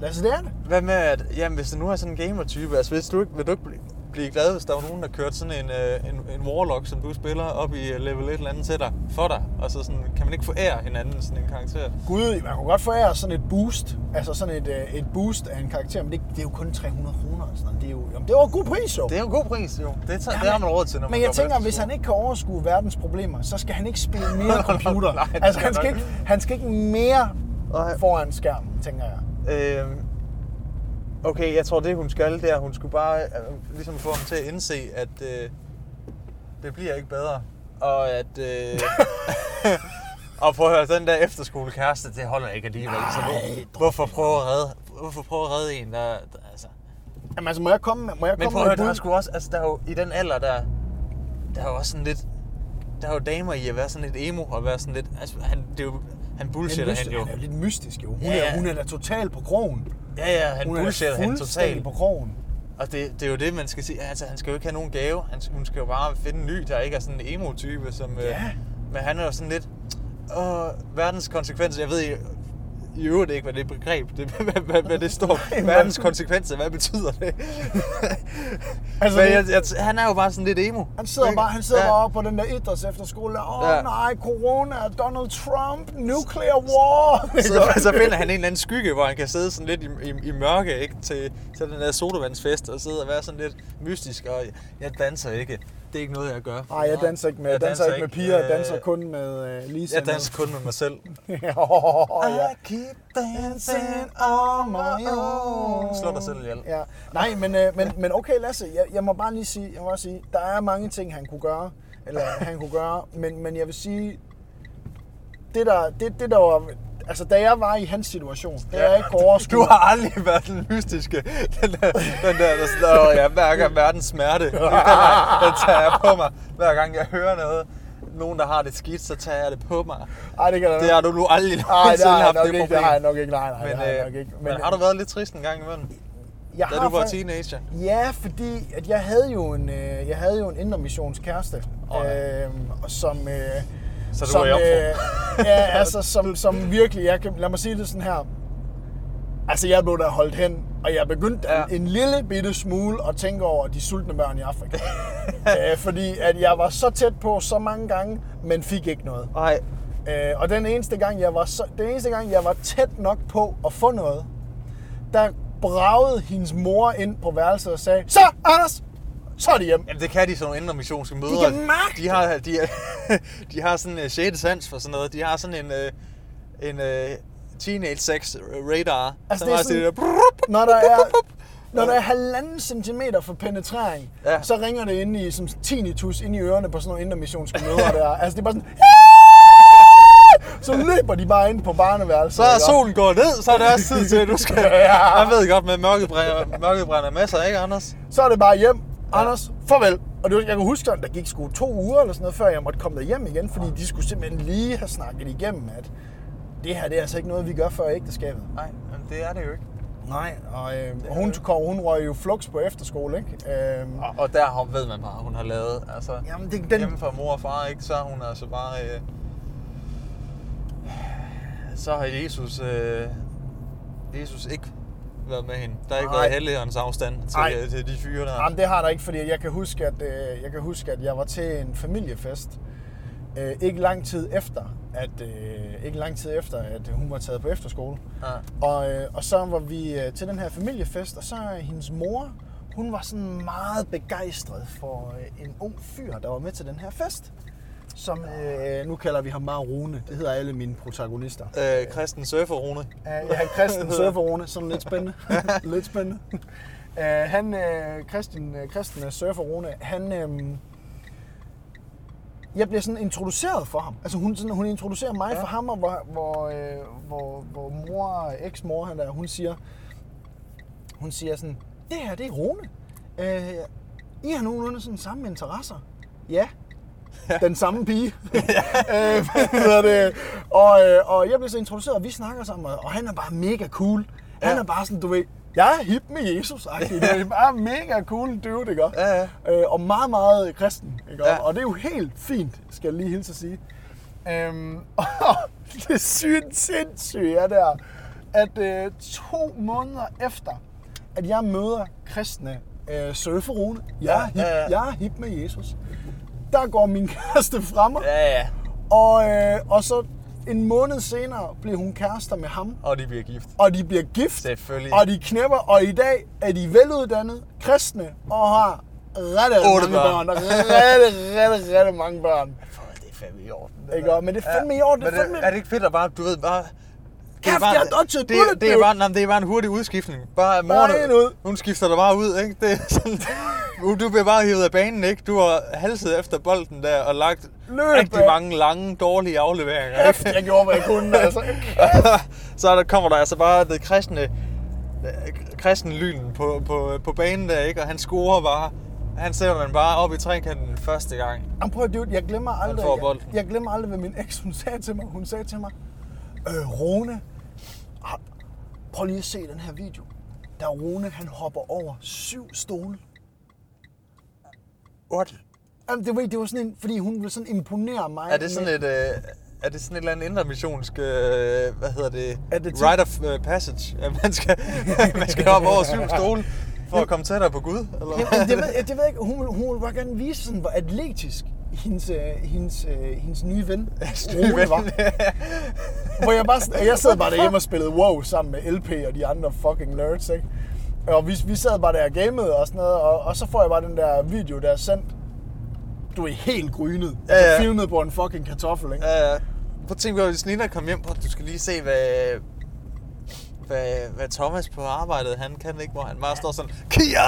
A: Lad os det er det.
B: Hvad med, at jamen, hvis du nu er sådan en gamer-type, altså hvis du ikke, vil du ikke blive, blive glad, hvis der var nogen, der kørte sådan en, øh, en, en warlock, som du spiller, op i øh, level et eller andet til dig, for dig, og så sådan, kan man ikke forære hinanden sådan en karakter?
A: Gud, man kunne godt forære sådan et boost, altså sådan et, øh, et boost af en karakter, men det, det er jo kun 300 kroner eller sådan noget. Det er jo, jamen, det var en god pris jo.
B: Det er jo en god pris, jo. Det, tager,
A: Ja,
B: ja, det har man råd til, når
A: Men
B: man
A: jeg
B: går på
A: tænker, hvis
B: efterskole.
A: han ikke kan overskue verdens problemer, så skal han ikke spille mere computer.
B: *laughs* Nej, det
A: altså,
B: skal
A: han skal,
B: han
A: ikke,
B: nok.
A: han skal ikke mere
B: Nej.
A: foran skærmen, tænker jeg.
B: Øhm, okay, jeg tror det hun skal, det er, at hun skulle bare øh, ligesom få ham til at indse, at øh, det bliver ikke bedre. Og at... Øh, *laughs* og prøv at høre, den der efterskolekæreste, det holder ikke alligevel. så
A: Nej,
B: hvor, hvorfor prøve at redde, hvorfor prøve at redde en, der... der altså.
A: Jamen, altså, må jeg komme med, må jeg
B: Men
A: komme
B: prøv
A: med
B: at høre,
A: et
B: der er
A: bud?
B: sgu også, altså der er jo, i den alder, der, der er jo også sådan lidt, der er jo damer i at være sådan lidt emo, og være sådan lidt, altså han, det er jo, han bullshitter han,
A: mystisk-
B: jo.
A: han er jo lidt mystisk, jo. Hun,
B: Ja,
A: er,
B: ja.
A: hun er da totalt på krogen.
B: Ja, ja, han
A: Hun er
B: bullshitter
A: da
B: han
A: fuldstændig
B: totalt.
A: på krogen.
B: Og det, det er jo det, man skal sige. Altså, han skal jo ikke have nogen gave. Han, hun skal jo bare finde en ny, der ikke er sådan en emo-type. Som, øh,
A: Ja.
B: men han er jo sådan lidt... Åh, verdens konsekvenser. Jeg ved i, i øvrigt ikke, hvad det begreb, det, *laughs* hvad, hvad, hvad det står.
A: men-
B: verdens konsekvenser, hvad betyder det?
A: Altså,
B: altså, *laughs* men
A: det-
B: jeg, jeg, han er jo bare sådan lidt emo.
A: Han sidder,
B: Ikke?
A: bare, han sidder ja. bare oppe på den der idræts efterskole. Åh oh,
B: Ja.
A: nej, corona, Donald Trump, nuclear *laughs* war.
B: så, så finder han en eller anden skygge, hvor han kan sidde sådan lidt i, i, i mørke ikke? Til, til den der sodavandsfest og sidde og være sådan lidt mystisk. Og jeg danser ikke. Det er ikke noget, jeg gør.
A: Nej, jeg danser ikke med, jeg danser ikke med piger, jeg danser kun med uh, Lisa.
B: Jeg danser kun med mig selv.
A: *laughs* oh, ja.
B: keep
A: on
B: Slå dig selv ihjel.
A: Ja. Nej, men, øh, men, men okay, Lasse, jeg, jeg må bare lige sige, jeg må bare sige, der er mange ting, han kunne gøre, eller han kunne gøre, men, men jeg vil sige, det der, det, det der var, altså da jeg var i hans situation, da jeg ikke kunne overskue,
B: *laughs* Du har aldrig været den mystiske. Den der, den der, der sådan, "Åh, jeg mærker verdens
A: *laughs*
B: smerte. Den, der, den tager jeg på mig. Hver gang jeg hører noget, nogen der har det skidt, så tager jeg det på mig.
A: Ej, det kan jeg
B: Det har du nu aldrig
A: Ej, det
B: nogensinde
A: har jeg
B: haft
A: nok
B: det
A: ikke,
B: problem.
A: det har jeg nok ikke, nej, nej, men, det har jeg
B: men,
A: nok
B: øh,
A: ikke.
B: men har du været lidt trist en gang imellem,
A: jeg
B: da du var
A: fakt-
B: teenager?
A: Ja, fordi at jeg havde jo en, øh, jeg havde jo en indre missionskæreste,
B: Åh, ja.
A: øh, som, øh,
B: Så du
A: som,
B: var i opbrug.
A: ja, altså, som, som virkelig, jeg kan, lad mig sige det sådan her, altså jeg blev der holdt hen, og jeg begyndte ja.
B: Ja.
A: en, en lille bitte smule at tænke over de sultne børn i Afrika. *laughs* øh, fordi at jeg var så tæt på så mange gange, men fik ikke noget.
B: Nej.
A: Øh, og den eneste, gang, jeg var så, den eneste gang, jeg var tæt nok på at få noget, der bragede hendes mor ind på værelset og sagde, så Anders, så er det hjem.
B: Jamen, det kan de sådan nogle indre missionske mødre.
A: kan mærke
B: de har, de, *laughs* de har sådan en 6. sans for sådan noget. De har sådan en, øh, en øh, teenage sex radar.
A: Altså,
B: Altså,
A: det er
B: det sådan,
A: sådan- Når
B: det der,
A: der er, når der er halvanden centimeter for penetrering, ja.
B: Ja.
A: så ringer det inde i som tinnitus ind i ørerne på sådan nogle intermissionske møder
B: *laughs*
A: der. Altså det er bare sådan, *laughs* så løber de bare ind på barneværelset.
B: så er
A: ikke?
B: solen gået ned, så er det også tid til, at du skal...
A: *laughs* Ja.
B: Jeg ved godt, men mørket brænder, mørket brænder med sig, ikke Anders?
A: så er det bare hjem. Anders, farvel. Og det, var- jeg kan huske, at der gik sgu to uger eller sådan noget, før jeg måtte komme hjem igen, fordi de skulle simpelthen lige have snakket igennem, at det her, det er altså ikke noget, vi gør før ægteskabet.
B: Nej, men det er det jo ikke.
A: Nej, og, øh, og hun, kom, hun røg jo flux på efterskole, ikke? Øhm,
B: Og, og der har, ved man bare, hun har lavet. Altså,
A: Jamen, det- den-
B: den... Hjemme fra mor og far, ikke? Så er hun altså bare... Øh, så har Jesus... Øh, Jesus ikke været med hende. Der har ikke
A: Nej.
B: været helligåndens afstand til, øh,
A: Nej.
B: til de fyre der.
A: Jamen, det har der ikke, fordi jeg kan huske, at øh, jeg, kan huske, at jeg var til en familiefest. Øh, ikke lang tid efter, at øh, ikke lang tid efter, at hun var taget på efterskole.
B: Ja.
A: Og, øh, og så var vi øh, til den her familiefest, og så øh, hendes mor, hun var sådan meget begejstret for øh, en ung fyr, der var med til den her fest. Som, øh, nu kalder vi ham bare Rune. Det hedder alle mine protagonister.
B: Øh, Kristen Surfer Rune.
A: Øh, ja, Christian Surferone, sådan lidt *laughs* spændende. lidt spændende. Øh, han, øh, Christian, øh, Christian øh, Surferone, han... Øh, jeg bliver sådan introduceret for ham. Altså hun, sådan, hun introducerer mig ja. for ham, og hvor, hvor, øh, hvor, hvor mor, eksmor han der, hun siger, hun siger sådan, det her, det er Rune. Øh, I har nogenlunde sådan samme interesser. Ja, *laughs* den samme pige. øh, hvad hedder det? Og, øh, og jeg blev så introduceret, og vi snakker sammen, og og han er bare mega cool. Han
B: Ja.
A: er bare sådan, du ved, jeg er hip med Jesus, -agtig.
B: *laughs*
A: det er bare mega cool dude, ikke? også?
B: Ja, ja.
A: Øh, og meget, meget kristen, ikke? også?
B: Ja.
A: Og det er jo helt fint, skal jeg lige hilse at sige. Øhm, *laughs* og det synes sindssygt er der, at øh, to måneder efter, at jeg møder kristne øh, surferone, jeg, er hip,
B: Ja, ja, ja.
A: jeg er hip med Jesus, der går min *laughs* kæreste fra mig,
B: Ja, ja.
A: og, øh, og så en måned senere bliver hun kærester med ham,
B: Og de bliver gift.
A: og de bliver gift,
B: Selvfølgelig.
A: og de knæpper, og i dag er de veluddannede, kristne, og har rette mange
B: Otte
A: børn.
B: børn.
A: børn. Rette, rette, rette mange børn.
B: Fuck, det er fandme i orden. det
A: Ikke?
B: der.
A: Og- Men det er fandme i orden.
B: Men
A: Det er, fandme...
B: det, er det ikke fedt at bare, du ved, bare... Det
A: Kæft, jeg har dodget
B: det,
A: bullet,
B: det, er
A: dude.
B: bare, nej, det er bare en hurtig udskiftning. Bare moren,
A: en ud.
B: hun skifter dig bare ud, ikke? Det er
A: *laughs*
B: sådan, du- du bliver bare hivet af banen, ikke? Du har halset efter bolden der og lagt
A: Løb,
B: rigtig
A: mand.
B: mange lange, dårlige afleveringer,
A: Kæft, jeg gjorde, hvad jeg kunne. Altså.
B: *laughs* så der kommer der altså bare det kristne, kristen lyn på, på, på banen der, ikke? Og han scorer bare. Han sætter den bare op i trekanten første gang.
A: Jamen, prøv at dude, jeg glemmer aldrig,
B: får
A: jeg,
B: bolden.
A: jeg glemmer aldrig, hvad min eks hun sagde til mig. Hun sagde til mig, øh, Rune, ah, prøv lige at se den her video. Der er Rune, han hopper over syv stole.
B: What?
A: Jamen, det, var, det var sådan en, fordi hun ville sådan imponere mig.
B: Er det sådan
A: med-
B: et... Øh, er det sådan et eller andet indre missionsk, øh, hvad hedder det,
A: Er det
B: rite of øh, passage, at man skal, *laughs* man skal hoppe over syv stole for at komme tættere på Gud? Eller? hvad?
A: Jamen, det, ved, jeg- det ved jeg ikke. Hun, vil- hun ville bare gerne vise, sådan, hvor atletisk hendes, øh, hendes, øh, hendes nye ven
B: *laughs*
A: Rune var. Hvor jeg, bare, sådan- jeg sad bare derhjemme og spillede WoW sammen med LP og de andre fucking nerds, ikke? Og vi, vi sad bare der og gamede og sådan noget, og, og så får jeg bare den der video, der er sendt. Du er helt grynet. Ja,
B: Ja,
A: ja.
B: ja.
A: Altså, filmet på en fucking kartoffel, ikke?
B: Øh, prøv at tænke på, hvis Nina kom hjem, på, du skal lige se, hvad, hvad, hvad Thomas på arbejdet, han kan ikke, hvor han bare står sådan, KIA!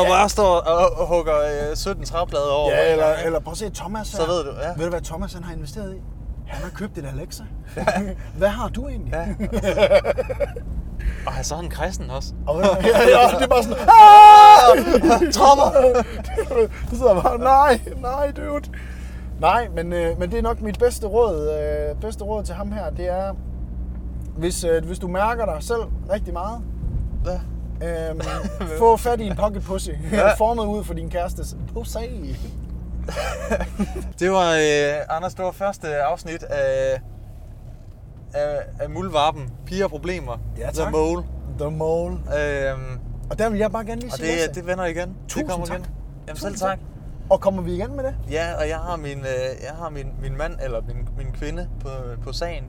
B: Og bare står og, og hugger øh, 17 træplader over.
A: Ja, eller, eller prøv at se Thomas her.
B: Så ved du, ja.
A: Ved du, hvad Thomas han har investeret i? Han har købt et Alexa. hvad har du egentlig?
B: Ja. Og så er han kristen også.
A: Og *laughs* ja, ja, det er
B: *laughs*
A: bare sådan, "Ah!"
B: Trommer!
A: Så sidder jeg bare, nej, nej, dude. Nej, men, øh, men det er nok mit bedste råd, øh, bedste råd til ham her, det er, hvis, øh, hvis du mærker dig selv rigtig meget,
B: Ja.
A: øh,
B: *laughs*
A: få fat i en pocket pussy,
B: Ja.
A: formet ud for din kærestes pussy.
B: Det var, øh, Anders, det var første afsnit af, af, af Muldvarpen, Piger og Problemer,
A: Ja,
B: The
A: tak.
B: Mole.
A: The mole.
B: Øhm,
A: Og der vil jeg bare gerne lige
B: og
A: sige
B: det,
A: det,
B: det vender igen.
A: Tusind
B: det kommer
A: tak.
B: igen. Jamen
A: Tusind
B: selv
A: tak.
B: tak.
A: Og kommer vi igen med det?
B: Ja, og jeg har min, øh, jeg har min, min mand, eller min, min kvinde på, på sagen.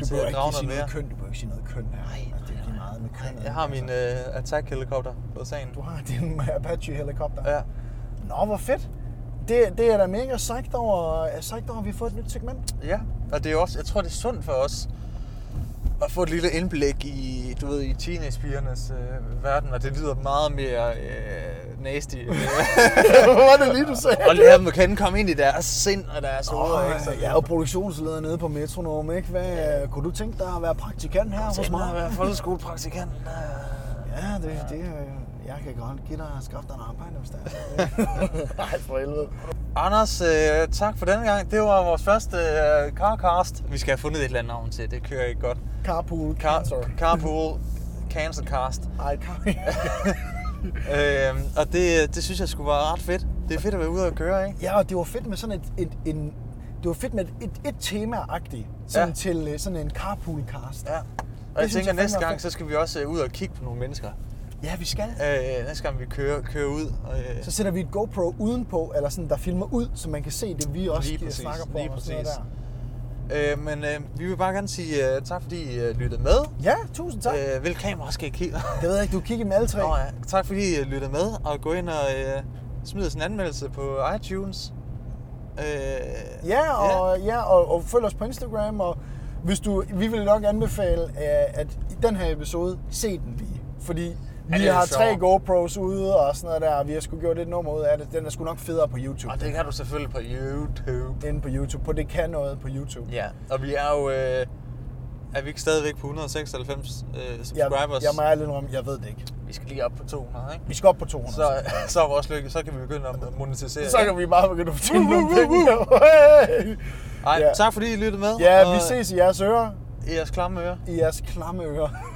A: Du
B: til
A: behøver
B: at
A: ikke
B: drage
A: lige sige
B: noget
A: noget køn, du behøver ikke sige noget køn her.
B: Nej,
A: Altså, det er
B: nej,
A: lige meget med køn.
B: Jeg har min øh, attack-helikopter på sagen.
A: Altså. Du har din Apache-helikopter.
B: Ja.
A: Nå, hvor fedt. Det, det er da mega sejt over, øh, sejt over, at vi har fået et nyt *laughs* segment.
B: Ja, og det er jo også, jeg tror, det er sundt for os at få et lille indblik i, du ved, i teenagepigernes øh, verden, og det lyder meget mere øh, nasty. øh,
A: Hvad var det lige, du sagde?
B: og lære dem at kende komme ind i deres sind og deres hoveder, ikke? Så
A: Oh, jeg er jo produktionsleder nede på Metronom, ikke? Hvad, øh, kunne du tænke dig at være praktikant her hos
B: mig at
A: mig?
B: være folkeskolepraktikant. øh.
A: Ja, det, det, øh, jeg kan godt give dig at skaffe dig en arbejde, hvis det *laughs* er. Nej, for helvede.
B: Anders, øh, tak for denne gang. Det var vores første øh, carcast. Vi skal have fundet et eller andet navn til, det kører ikke godt.
A: Carpool
B: Car-
A: cancer.
B: carpool Cancercast.
A: Ej, car... *laughs*
B: øhm, og det, det synes jeg skulle være ret fedt. Det er fedt at være ude og køre, ikke?
A: ja, og det var fedt med sådan et, et, en, det var fedt med et, et, et tema-agtigt, sådan
B: Ja.
A: ja. til øh, sådan en carpool-cast.
B: Ja. Og jeg
A: synes jeg
B: tænker,
A: fandme
B: næste
A: er
B: gang,
A: fedt.
B: så skal vi også øh, ud og kigge på nogle mennesker.
A: ja, vi skal.
B: Øh, næste gang vi kører, kører ud. Og, øh,
A: Så sætter vi et GoPro udenpå, eller sådan, der filmer ud, så man kan se det, vi også
B: Lige
A: lige
B: præcis,
A: snakker på.
B: lige
A: og sådan
B: præcis.
A: noget
B: øh, men øh, vi vil bare gerne sige øh, tak, fordi I øh, lyttede med.
A: Der. Ja, tusind tak. Øh.
B: Øh, hvilke kamera skal jeg kigge?
A: *laughs* Det ved jeg ikke, du kigger med alle tre.
B: Nå, ja. Tak fordi I øh, lyttede med, og gå ind og øh, smid os en anmeldelse på iTunes. Øh,
A: Ja, og, ja. Ja, og, og følg os på Instagram, og hvis du, vi vil nok anbefale, øh, at i den her episode, se den lige. Fordi vi
B: det er
A: har
B: sjovt.
A: tre GoPros ude og sådan noget der, og vi har sgu gjort et nummer ud af det. Den er sgu nok federe på YouTube.
B: Og det kan du selvfølgelig på YouTube.
A: Inde på YouTube, på Det Kan Noget på YouTube.
B: Ja, og vi er jo... Øh, er vi ikke stadigvæk på 196 øh,
A: Jeg,
B: subscribers?
A: jeg må ærligt indrømme, jeg ved det ikke.
B: Vi skal lige op på 200, ikke?
A: Vi skal op på 200.
B: Så, *laughs* så er vores lykke, så kan vi begynde at monetisere.
A: så kan vi bare begynde at fortjene
B: Woo,
A: nogle
B: woo, woo,
A: penge.
B: Ej,
A: Ja.
B: tak fordi I lyttede med.
A: Ja,
B: og
A: vi ses i jeres ører,
B: I jeres klamme ører.
A: i jeres klamme ører.